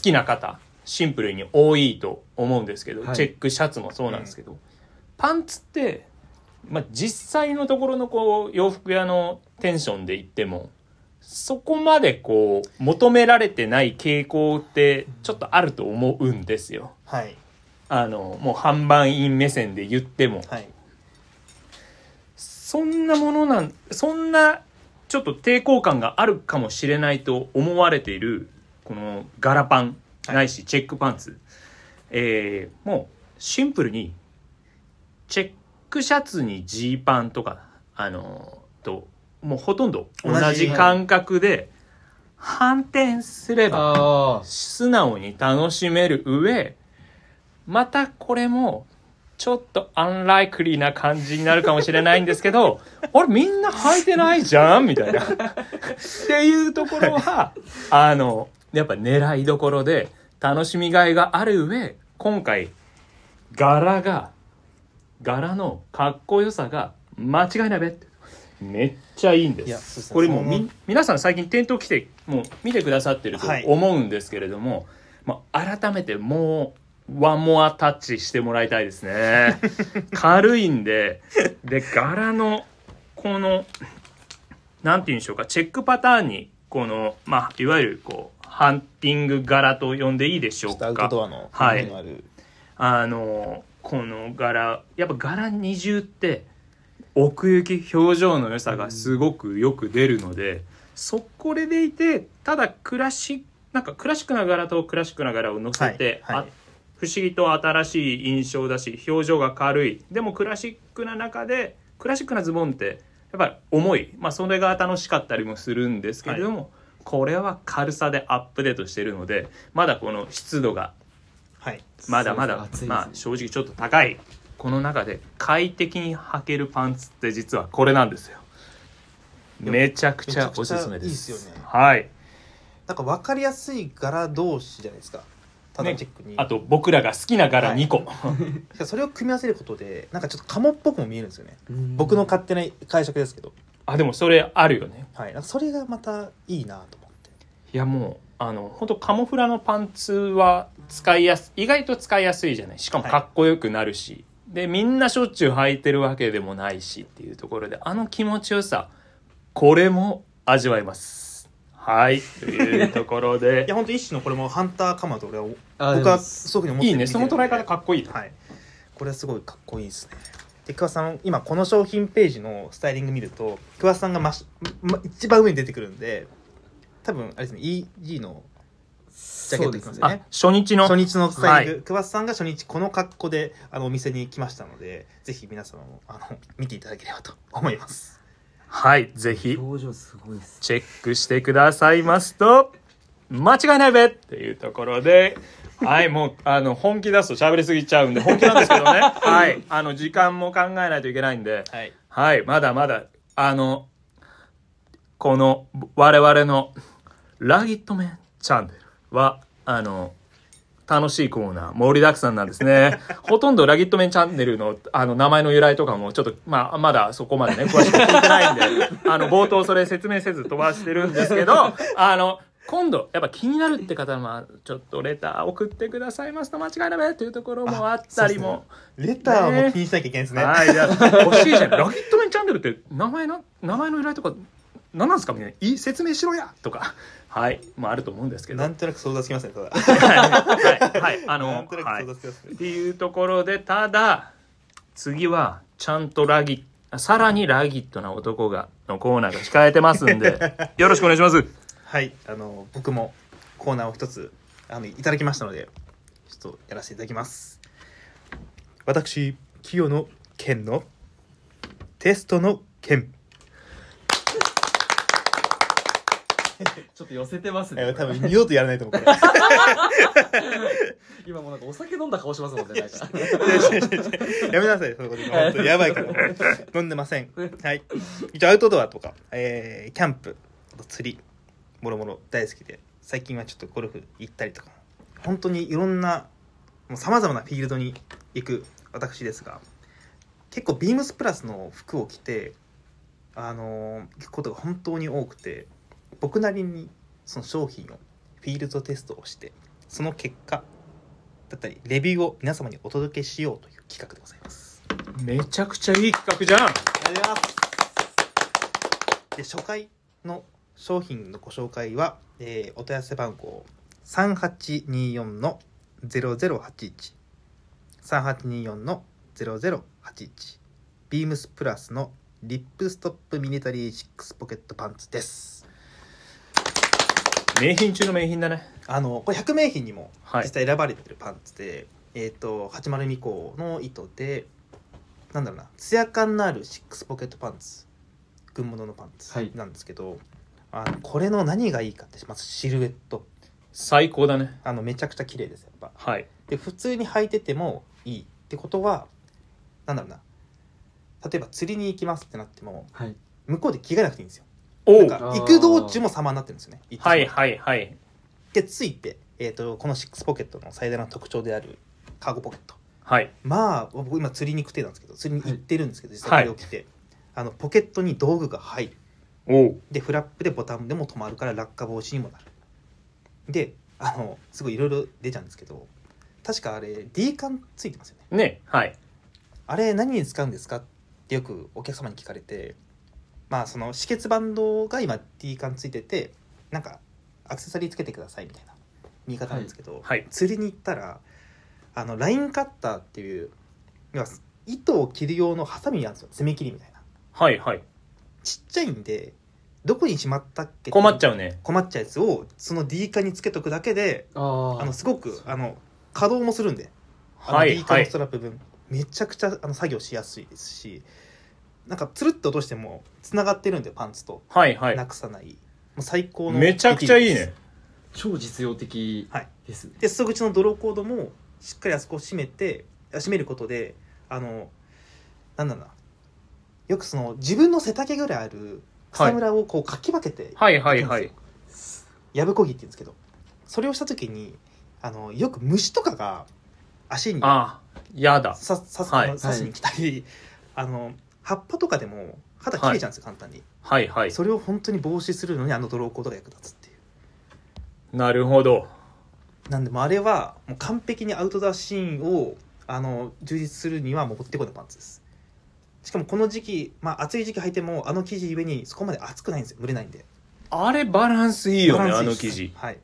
Speaker 1: きな方シンプルに多いと思うんですけど、
Speaker 3: はい
Speaker 1: チェックシャツもそうなんですけど、パンツって、まあ、実際のところのこう洋服屋のテンションで言ってもそこまでこう求められてない傾向ってちょっとあると思うんですよ。
Speaker 2: はい
Speaker 1: あのもう販売員目線で言っても、
Speaker 2: はい
Speaker 1: そんなものなんそんなちょっと抵抗感があるかもしれないと思われているこのガラパン
Speaker 2: はい
Speaker 1: ないしチェックパンツ、えーもうシンプルにチェックシャツにジーパンとかあのーともうほとんど同
Speaker 2: 同
Speaker 1: じ
Speaker 2: じ
Speaker 1: 感覚で反転すれば
Speaker 3: あ
Speaker 1: 素直に楽しめる上またこれもちょっとアンライクリーな感じになるかもしれないんですけど <laughs> あれみんな履いてないじゃんみたいな。っていうところはあのやっぱ狙いどころで楽しみがいがある上今回柄が柄のかっこよさが間違いないべってめっちゃいいんです。
Speaker 2: いやそうですね
Speaker 1: これもう
Speaker 2: そ
Speaker 1: み
Speaker 2: の
Speaker 1: 皆さん最近店頭来てもう見てくださってると
Speaker 2: はい
Speaker 1: 思うんですけれども、まあ、改めてもうワンモアタッチしてもらいたいですね
Speaker 2: <laughs>
Speaker 1: 軽いんでで柄のこのなんて言うんでしょうかチェックパターンにこの、まあ、いわゆるこうハンティング柄と呼んでいいでし
Speaker 2: ち
Speaker 1: ょ
Speaker 2: ょ
Speaker 1: う
Speaker 2: っとアウトド
Speaker 1: か
Speaker 2: アの
Speaker 1: はい
Speaker 2: 風味のある
Speaker 1: あのこの柄やっぱ柄二重って奥行き表情の良さがすごくよく出るので、そこれでいてただクラシックなんかクラシックな柄とクラシックな柄を乗せて、
Speaker 2: はいはい
Speaker 1: あ不思議と新しい印象だし表情が軽いでもクラシックな中でクラシックなズボンってやっぱり重い、まあ、それが楽しかったりもするんですけれども、これは軽さでアップデートしてるのでまだこの湿度が
Speaker 2: はい
Speaker 3: ー
Speaker 1: まだまだ、
Speaker 3: そうですね
Speaker 1: まあ正直ちょっと高いこの中で快適に履けるパンツって実はこれなんですよめちゃくちゃおすすめです
Speaker 2: めちゃくちゃいいっすよね
Speaker 1: はい
Speaker 2: なんか分かりやすい柄同士じゃないですかただチェックに、
Speaker 1: あと僕らが好きな柄2個、
Speaker 2: しかもそれを組み合わせることでなんかちょっとカモっぽくも見えるんですよね
Speaker 3: うん
Speaker 2: 僕の勝手な解釈ですけど、
Speaker 1: <laughs> あでもそれあるよね
Speaker 2: はい、なんかそれがまたいいなと思って
Speaker 1: いやもうあの本当カモフラのパンツは使いやす意外と使いやすいじゃないしかもかっこよくなるし、でみんなしょっちゅう履いてるわけでもないしっていうところであの気持ちよさこれも味わえますはいと <laughs> いうところで
Speaker 2: いや本当一種のこれもハンターカマと俺は
Speaker 3: あ
Speaker 2: 僕
Speaker 3: でも
Speaker 2: はそういうふうに思って
Speaker 1: いいね、その捉え方か
Speaker 2: っ
Speaker 1: っこいいな。
Speaker 2: はいこれはすごいかっこいいですねで桑田さん今この商品ページのスタイリング見ると桑田さんがまし、ま、一番上に出てくるんで多分あれですね EG のジャケットいきますよ
Speaker 1: あ
Speaker 2: ね、
Speaker 1: 初日の。
Speaker 2: 初日のスタイリング、
Speaker 1: は
Speaker 2: 桑田さんが初日この格好であのお店に来ましたのでぜひ皆様もあの見ていただければと思います
Speaker 1: はい、ぜひ、
Speaker 3: 表情すごいです
Speaker 1: チェックしてくださいますと、間違いないべっていうところで、はい、もう、あの、本気出すと喋りすぎちゃうんで、本気なんですけどね。はい、あの、時間も考えないといけないんで、
Speaker 2: はい
Speaker 1: はい、まだまだ、あの、この、我々の、ラギットメンチャンネルは、あの、楽しいコーナー盛りだくさんなんですね。ほとんどラギットメンチャンネルのあの名前の由来とかもちょっと、まあ、まだそこまでね、詳しく聞いてないんで、あの、冒頭それ説明せず飛ばしてるんですけど、あの、今度、やっぱ気になるって方は、ちょっとレター送ってくださいますと間違いないべというところもあったりも。
Speaker 2: レターも気にしなきゃいけないですね
Speaker 1: はい、じゃあ欲しいじゃん。ラギットメンチャンネルって名前な、名前の由来とか、何なんですかみたいな。いい説明しろやとか。はい。まあ、あると思うんですけど。
Speaker 2: な
Speaker 1: はい。
Speaker 2: んとなく想像つきますねただ
Speaker 1: はい。あ
Speaker 2: <laughs> な
Speaker 1: の
Speaker 2: ん、となく
Speaker 1: はい
Speaker 2: 想像。つきますね
Speaker 1: っていうところで、ただ、次は、ちゃんとラギ、さらにラギットな男が、のコーナーが控えてますんで、 <laughs> よろしくお願いします。
Speaker 2: はい、あの僕もコーナーを一つあのいただきましたのでちょっとやらせていただきます私清野健のテストの健
Speaker 3: ちょっと寄せてます
Speaker 2: え
Speaker 3: ね
Speaker 2: 多分二度とやらないと思うこれ
Speaker 3: 今もうなんかお酒飲んだ顔しますもん
Speaker 2: <laughs>
Speaker 3: ねなんか
Speaker 2: やめなさいそのこと今本当にやばいから飲んでませんはい一応アウトドアとか、えーキャンプあと釣りもろもろ大好きで最近はちょっとゴルフ行ったりとか本当にいろんなさまざまなフィールドに行く私ですが結構ビームスプラスの服を着てあのー行くことが本当に多くて僕なりにその商品をフィールドテストをしてその結果だったりレビューを皆様にお届けしようという企画でございます。
Speaker 1: めちゃくちゃいい企画じゃん。
Speaker 2: で初回の商品のご紹介は、えーお問い合わせ番号3824の0081 3824の0081ビームスプラスのリップストップミニタリーシックスポケットパンツです
Speaker 1: 名品中の名品だね
Speaker 2: あのこれ百名品にも
Speaker 1: はい
Speaker 2: 実際選ばれてるパンツで、えっ、と802項の糸でなんだろうなツヤ感のあるシックスポケットパンツ軍物のパンツ
Speaker 3: はい
Speaker 2: なんですけど、あのこれの何がいいかってまずシルエット
Speaker 1: 最高だね
Speaker 2: あのめちゃくちゃ綺麗ですやっぱ
Speaker 1: はい
Speaker 2: で普通に履いててもいいってことはなんだろうな例えば釣りに行きますってなっても
Speaker 3: はい
Speaker 2: 向こうで着替えなくていいんですよ
Speaker 1: おう
Speaker 2: な
Speaker 1: ん
Speaker 2: か行く道中も様になってるんですよね行ってしまう
Speaker 1: はいはいはい
Speaker 2: でついて、えー、とこのシックスポケットの最大の特徴であるカーゴポケット
Speaker 1: はい
Speaker 2: まあ僕今釣りに行く手なんですけど釣りに行ってるんですけど、実
Speaker 1: は
Speaker 2: 際
Speaker 1: い
Speaker 2: これを着て、あのポケットに道具が入る
Speaker 1: おう
Speaker 2: でフラップでボタンでも止まるから落下防止にもなるであのすごいいろいろ出ちゃうんですけど確かあれ D 缶ついてますよね
Speaker 1: ねはい
Speaker 2: あれ何に使うんですかってよくお客様に聞かれてまあその止血バンドが今 D 缶ついててなんかアクセサリーつけてくださいみたいな言い方なんですけど、
Speaker 1: はい
Speaker 2: 釣りに行ったらあのラインカッターっていう要は糸を切る用のハサミなんですよ爪切りみたいな
Speaker 1: はいはい
Speaker 2: ちっちゃいんでどこにしまったっけ
Speaker 1: 困っち
Speaker 2: ゃう
Speaker 1: ゃうね
Speaker 2: 困っちゃうやつをその D 化につけとくだけで
Speaker 3: あー
Speaker 2: あのすごくあの稼働もするんであ
Speaker 1: は
Speaker 2: の
Speaker 1: い
Speaker 2: D 化
Speaker 1: は
Speaker 2: の
Speaker 1: い
Speaker 2: ストラップ分、めちゃくちゃあの作業しやすいですしなんかつるっと落としてもつながってるんでパンツと
Speaker 1: はいは
Speaker 2: ないくさない、もう最高の
Speaker 1: めちゃくちゃいい
Speaker 2: 出来
Speaker 1: ね
Speaker 3: 超実用的
Speaker 2: はい
Speaker 3: ですね
Speaker 2: で裾口の泥コードもしっかりあそこを締めてあ締めることであのなんだろうなよくその自分の背丈ぐらいある草むらをこうかき分けて
Speaker 1: はいはいはい
Speaker 3: す
Speaker 2: やぶこぎって言うんですけどそれをした時にあのよく虫とかが足に刺
Speaker 1: ああやだ
Speaker 2: ささ
Speaker 1: はい
Speaker 2: あの刺しに来たり、あの葉っぱとかでも肌切れちゃうんですよ、簡単に
Speaker 1: はいはい
Speaker 2: それを本当に防止するのにあの泥コードが役立つっていう
Speaker 1: なるほど
Speaker 2: なんでもうあれはもう完璧にアウトドアシーンをあの充実するにはもう持ってこいのパンツですしかもこの時期、まあ、暑い時期履いてもあの生地ゆえにそこまで暑くないんですよ蒸れないんで
Speaker 1: あれバランスいいよ
Speaker 2: バ
Speaker 1: ね
Speaker 2: ラ
Speaker 1: あ
Speaker 2: ン
Speaker 1: の
Speaker 2: スい
Speaker 1: 生
Speaker 2: いで
Speaker 1: 地
Speaker 2: すはい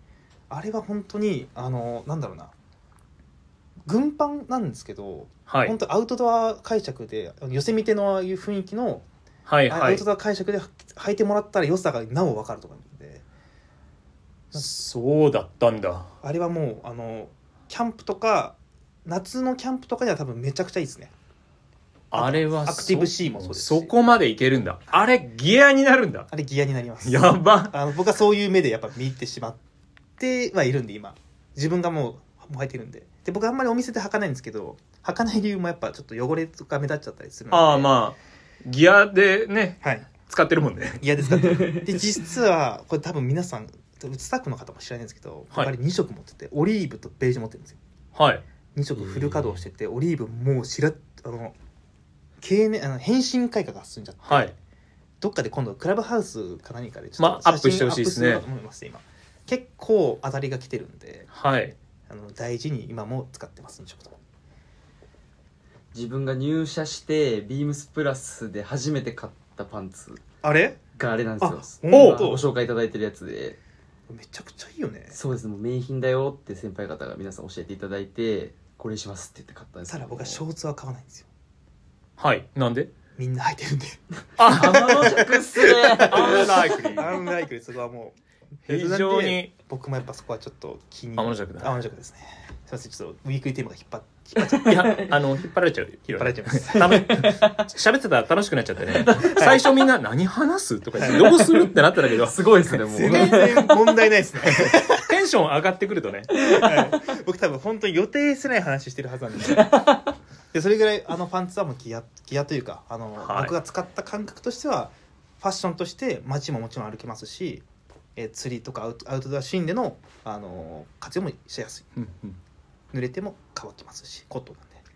Speaker 2: あれは本当にあのなんだろうな軍パンなんですけど、
Speaker 1: はい
Speaker 2: 本当アウトドア解釈で寄せ見てのああいう雰囲気の、
Speaker 1: はい
Speaker 2: ア
Speaker 1: は
Speaker 2: ウ
Speaker 1: い
Speaker 2: トドア解釈で履いてもらったら良さがなお分かると思うんで
Speaker 1: そうだったんだ
Speaker 2: あれはもうあのキャンプとか夏のキャンプとかには多分めちゃくちゃいいですね
Speaker 1: あれは
Speaker 2: アクティブ C もそうですし
Speaker 1: そこまでいけるんだあれギアになるんだ
Speaker 2: あれギアになります
Speaker 1: やば
Speaker 2: あの僕はそういう目でやっぱ見入ってしまってはいるんで今自分がもうもう履いてるんでで僕あんまりお店で履かないんですけど履かない理由もやっぱちょっと汚れとか目立っちゃったりするので
Speaker 1: ああまあギアでね
Speaker 2: はい
Speaker 1: 使ってるもんね
Speaker 2: 嫌ですかってで実はこれ多分皆さんスタッフの方も知らないんですけど
Speaker 1: はい
Speaker 2: 僕あれ2色持っててオリーブとベージュ持ってるんですよ
Speaker 1: はい
Speaker 2: 2色フル稼働しててオリーブもうしらあの経年あの変身開花が進んじゃって
Speaker 1: はい
Speaker 2: どっかで今度クラブハウスか何かでち
Speaker 1: まあアップしてほしいですね
Speaker 2: アップると思います今結構当たりが来てるんで
Speaker 1: はい
Speaker 2: あの大事に今も使ってます飲食とも
Speaker 3: 自分が入社してビームスプラスで初めて買ったパンツ
Speaker 2: あれ
Speaker 3: があれなんですよ
Speaker 2: あ
Speaker 3: 今
Speaker 2: 本当
Speaker 3: ご紹介いただいてるやつで
Speaker 2: めちゃくちゃいいよね
Speaker 3: そうですもう名品だよって先輩方が皆さん教えていただいてこれしますって言って買ったんです
Speaker 2: た
Speaker 3: けど
Speaker 2: だ僕はショーツは買わないんですよ
Speaker 1: はいなんで
Speaker 2: みんな履いてるんで
Speaker 1: あ
Speaker 3: 天の尺っす
Speaker 2: <laughs>
Speaker 3: ね
Speaker 1: アンライクリ
Speaker 2: ア
Speaker 1: ー
Speaker 2: ンライクでそこはもう
Speaker 1: 非常に
Speaker 2: 僕もやっぱそこはちょっと気に
Speaker 1: 天の弱だ
Speaker 2: 天の弱ですねすいませんちょっとウィークリーテーマが引っ張っ引っ張っちゃう
Speaker 1: いやあの引っ張られちゃう引
Speaker 2: 引っ張られちゃいます
Speaker 1: 喋ってたら楽しくなっちゃってね最初みんな何話すとか言ってどうするってなってたけど
Speaker 3: すごいですね
Speaker 1: <laughs>
Speaker 3: もう
Speaker 2: 全然問題ないですね
Speaker 1: テンション上がってくるとね
Speaker 2: はい <laughs> 僕多分本当に予定してない話してるはずなんで
Speaker 1: <laughs>
Speaker 2: すよでそれぐらいあのパンツはもうギアギアというかあの、
Speaker 1: はい
Speaker 2: 僕が使った感覚としてはファッションとして街ももちろん歩けますし、えー釣りとかアウトアウトドアシーンでの、あのー活用もしやすい
Speaker 1: うんうん
Speaker 2: 濡れても乾きますしコットンなんで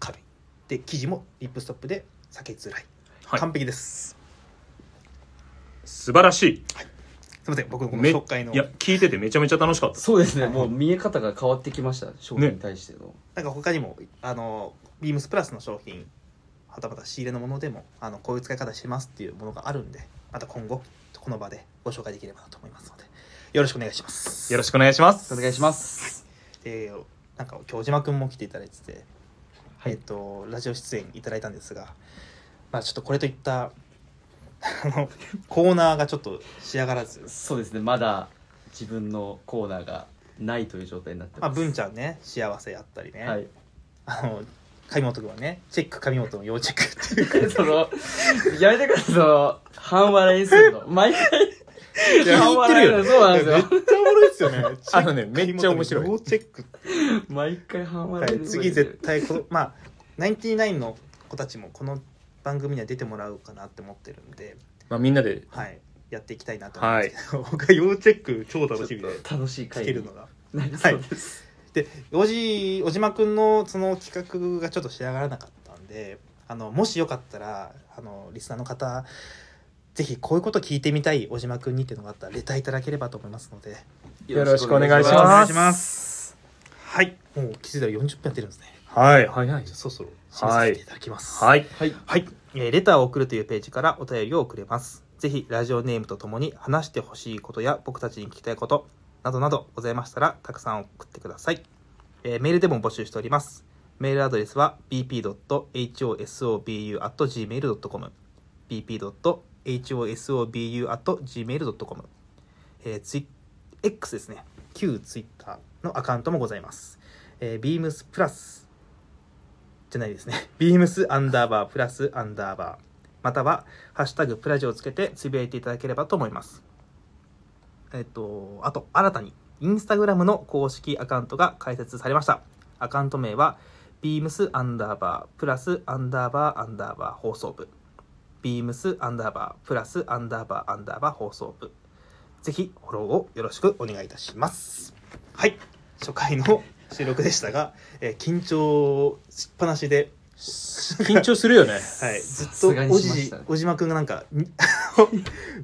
Speaker 2: 軽いで生地もリップストップで避けづらい、
Speaker 1: はい
Speaker 2: 完璧です
Speaker 1: 素晴らし
Speaker 2: すいません僕の
Speaker 1: い
Speaker 2: この
Speaker 1: めい
Speaker 2: 紹介の
Speaker 1: や聞いててめちゃめちゃ楽しかった
Speaker 3: そうですねもう見え方が変わってきました商品に対しての、
Speaker 2: なんか他にもあのビームスプラスの商品はたまた仕入れのものでもあのこういう使い方してますっていうものがあるんでまた今後この場でご紹介できればなと思いますのでよろしくお願いします
Speaker 1: よろしくお願いします
Speaker 3: お願いします
Speaker 2: でなんか今日小島君も来ていただいてて、
Speaker 3: はい
Speaker 2: えっとラジオ出演いただいたんですがまあちょっとこれといったあのコーナーがちょっと仕上がらず、
Speaker 3: そうですねまだ自分のコーナーがないという状態になって
Speaker 2: まあ、
Speaker 3: ます
Speaker 2: 文ちゃんね幸せやったりね、
Speaker 3: はい <laughs>
Speaker 2: あの上本君はねチェック上本の要チェックっていう
Speaker 3: そのやめてくださいその半笑いするの毎回
Speaker 2: いや
Speaker 3: 半笑い
Speaker 2: 言ってる
Speaker 3: そ
Speaker 2: よね
Speaker 3: うなん
Speaker 2: いやめっ
Speaker 3: ですよ
Speaker 2: ちゃおもろいですよ
Speaker 1: <laughs>
Speaker 2: ね
Speaker 1: あのねめっちゃ面白い
Speaker 2: 要チェック
Speaker 3: 毎回半
Speaker 2: は
Speaker 3: 笑い
Speaker 2: い、
Speaker 3: です
Speaker 2: 次絶対このまあナインティナインの子たちもこの番組には出てもらおうかなって思ってるんで、
Speaker 1: まあみんなで
Speaker 2: はい、やっていきたいなと思うんですけど、僕は要チェック超楽しみで
Speaker 3: 楽しい
Speaker 2: 聞
Speaker 3: 回
Speaker 2: ける
Speaker 3: に
Speaker 2: のが。
Speaker 3: なりそうです、
Speaker 2: でおじおじまくんのその企画がちょっと仕上がらなかったんであのもしよかったらあのリスナーの方ぜひこういうこと聞いてみたいおじまくんにっていうのがあったらレターいただければと思いますので
Speaker 1: よろしくお願いし
Speaker 2: お願
Speaker 1: ま
Speaker 2: い
Speaker 1: す
Speaker 2: しますはいもう気づいたら40分やってるんですね
Speaker 1: はい早い
Speaker 2: じゃあそろそろ締めさせていただきます
Speaker 1: はい
Speaker 3: はい
Speaker 2: はい、えーレターを送るというページからお便りを送れます。ぜひラジオネームとともに話してほしいことや僕たちに聞きたいことなどなどございましたらたくさん送ってください。えーメールでも募集しております。メールアドレスは bp.hosobu.gmail.com bp.hosobu.gmail.com えー、ツイ X ですね旧ツイッターのアカウントもございます、えー、beams プラスじゃないですね beams アンダーバープラスアンダーバーまたは「ハッシュタグプラジ」をつけてつぶやいていただければと思いますえっとあと新たにインスタグラムの公式アカウントが開設されましたアカウント名は beams アンダーバープラスアンダーバーアンダーバー放送部 beams アンダーバープラスアンダーバーアンダーバー放送部ぜひフォローをよろしくお願いいたします。はい、初回の収録でしたが、えー緊張しっぱなし
Speaker 3: <laughs>
Speaker 2: で、
Speaker 1: 緊張するよね
Speaker 2: はい、ず
Speaker 3: さ
Speaker 2: っと
Speaker 3: すがに
Speaker 2: お
Speaker 3: しまし
Speaker 2: じ
Speaker 3: たね
Speaker 2: おじまくんがなんか <laughs> に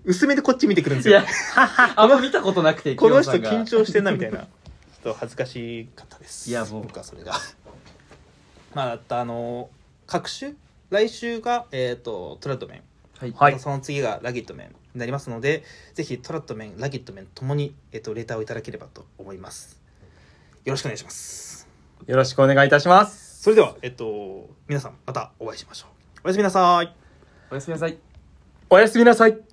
Speaker 2: 薄めでこっち見てくるんです
Speaker 3: い
Speaker 2: よ
Speaker 3: や。あんま見たことなくて
Speaker 2: この人
Speaker 3: キヨさん
Speaker 2: 緊
Speaker 3: が
Speaker 2: 張してんなみたいな。ちょっと恥ずかしかったです。
Speaker 3: いやもう
Speaker 2: 僕はそれが。まああとあの各週来週がえっ、とトラッドメン。
Speaker 3: はい、
Speaker 1: はい
Speaker 2: またその次がラギットメンになりますので、ぜひトラットメン、ラギットメンともに、えっと、レターをいただければと思います。よろしくお願いします。
Speaker 1: よろしくお願いいたします
Speaker 2: それでは、えっと、皆さんまたお会いしましょう。おやすみなさい。
Speaker 3: おやすみなさい
Speaker 1: おやすみなさい